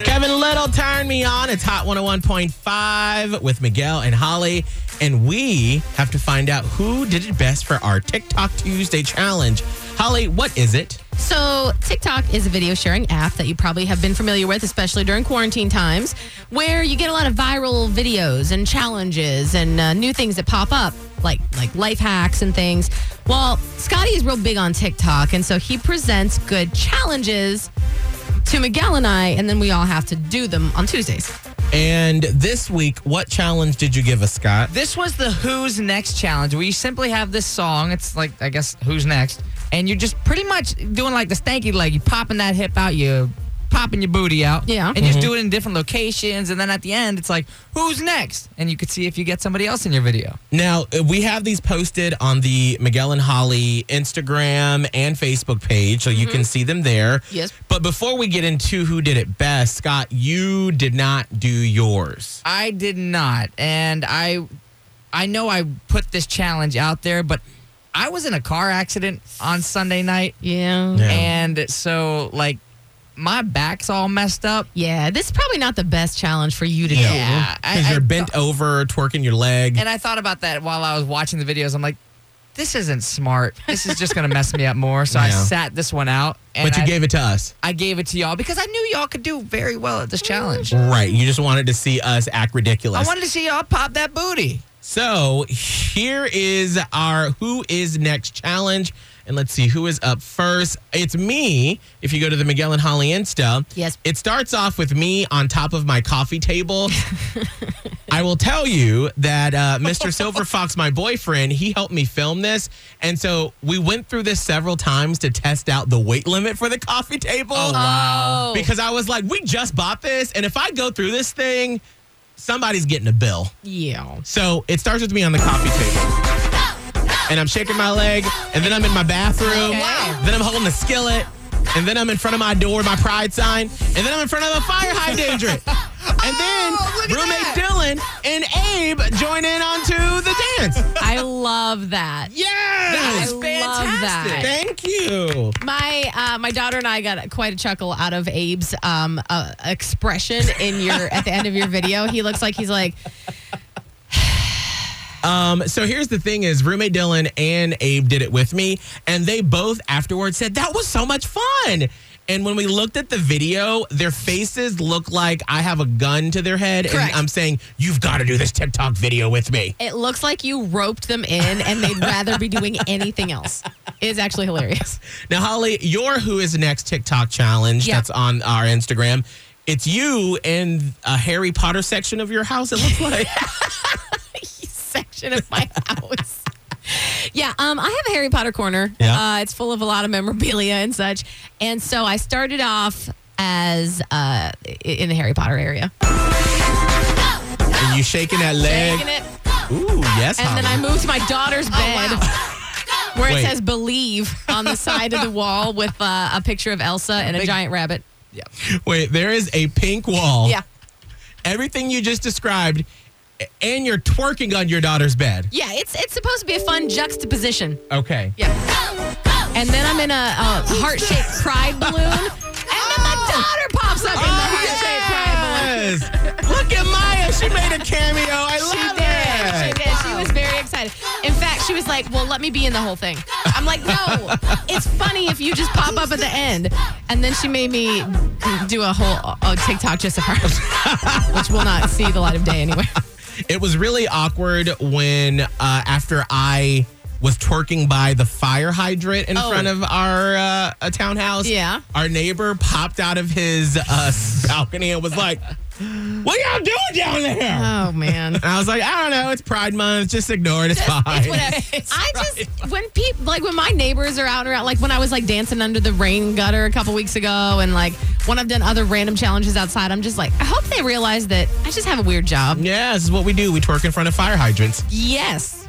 Kevin Little turned me on. It's Hot 101.5 with Miguel and Holly. And we have to find out who did it best for our TikTok Tuesday challenge. Holly, what is it? So, TikTok is a video sharing app that you probably have been familiar with, especially during quarantine times, where you get a lot of viral videos and challenges and uh, new things that pop up, like like life hacks and things. Well, Scotty is real big on TikTok, and so he presents good challenges to Miguel and I, and then we all have to do them on Tuesdays. And this week, what challenge did you give us, Scott? This was the Who's Next challenge where you simply have this song. It's like, I guess, Who's Next? And you're just pretty much doing like the stanky leg. You popping that hip out, you popping your booty out. Yeah. And you just do it in different locations. And then at the end, it's like, Who's Next? And you could see if you get somebody else in your video. Now, uh, we have these posted on the Miguel and Holly Instagram and Facebook page, so you Mm-hmm. can see them there. Yes. But before we get into who did it best, Scott, you did not do yours. I did not, and I, I know I put this challenge out there, but I was in a car accident on Sunday night, Yeah. Yeah. Yeah, and so like my back's all messed up. this is probably not the best challenge for you to do. Yeah, I- Because I you're bent thought- over, twerking your leg. And I thought about that while I was watching the videos. I'm like, this isn't smart. This is just gonna mess me up more. So I Yeah. sat this one out, and but you I, gave it to us. I gave it to y'all because I knew y'all could do very well at this challenge. Right. You just wanted to see us act I ridiculous. wanted to see y'all pop that booty. so here is our Who Is Next challenge. And let's see who is up first. It's me. If you go to the Miguel and Holly Insta, Yes. It starts off with me on top of my coffee table. I will tell you that uh, Mr. Silver Fox, my boyfriend, he helped me film this, and so we went through this several times to test out the weight limit for the coffee table. Oh wow. Oh. Because I was like, we just bought this, and if I go through this thing, somebody's getting a bill. Yeah. So it starts with me on the coffee table. And I'm shaking my leg, and then I'm in my bathroom. Wow. Then I'm holding a skillet, and then I'm in front of my door, my pride sign, and then I'm in front of a fire hydrant. And then Oh, roommate Dylan and Abe join in onto the dance. I love that. Yes! I love that. Thank you. My uh, my daughter and I got quite a chuckle out of Abe's um, uh, expression in your at the end of your video. He looks like he's like, Um, so here's the thing is roommate Dylan and Abe did it with me, and they both afterwards said that was so much fun. And when we looked at the video, their faces look like I have a gun to their head, Correct. and I'm saying, You've got to do this TikTok video with me. it looks like you roped them in, and they'd rather be doing anything else. It's actually hilarious. Now, Holly, your Who Is Next TikTok challenge Yeah. that's on our Instagram. It's you in a Harry Potter section of your house, it looks like. Section of my house. Yeah, um, I have a Harry Potter corner. Yeah. Uh, it's full of a lot of memorabilia and such. And so I started off as uh, i- in the Harry Potter area. and you shaking that leg. Taking it. Ooh, yes, And then I Holly. moved to my daughter's bed. Where Wait. it says believe on the side of the wall with uh, a picture of Elsa and a giant rabbit. Yeah. Wait, there is a pink wall. Yeah. everything you just described and you're twerking on your daughter's bed. Yeah, it's it's supposed to be a fun juxtaposition. Okay. Yeah. And then I'm in a, a heart-shaped pride balloon. And then my daughter pops up in the Oh, heart-shaped pride balloon. Yes. Look at Maya. She made a cameo. I She love did. She it. did. She was very excited. In fact, she was like, "Well, let me be in the whole thing." I'm like, "No, it's funny if you just pop up at the end." And then she made me do a whole uh, TikTok just of her, which will not see the light of day anyway. It was really awkward when uh, after I was twerking by the fire hydrant in Oh. front of our uh, a townhouse. Yeah. Our neighbor popped out of his uh, balcony and was like, What y'all doing down there? Oh man. and I was like, I don't know. It's Pride Month. Just ignore it. It's fine. It's whatever. I just when people like when my neighbors are out and around, like when I was like dancing under the rain gutter a couple weeks ago, and like when I've done other random challenges outside, I'm just like, I hope they realize that I just have a weird job. Yeah, this is what we do. We twerk in front of fire hydrants. Yes.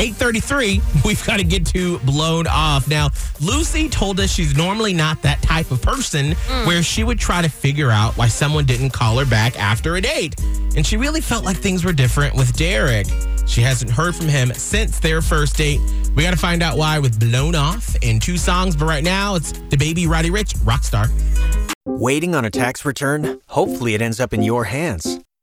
833, we've got to get to blown off. Now, Lucy told us she's normally not that type of person where she would try to figure out why someone didn't call her back after a date. And she really felt like things were different with Derek. She hasn't heard from him since their first date. We got to find out why with Blown Off in two songs, but right now it's the baby Roddy Rich, Rockstar. Waiting on a tax return? Hopefully, it ends up in your hands.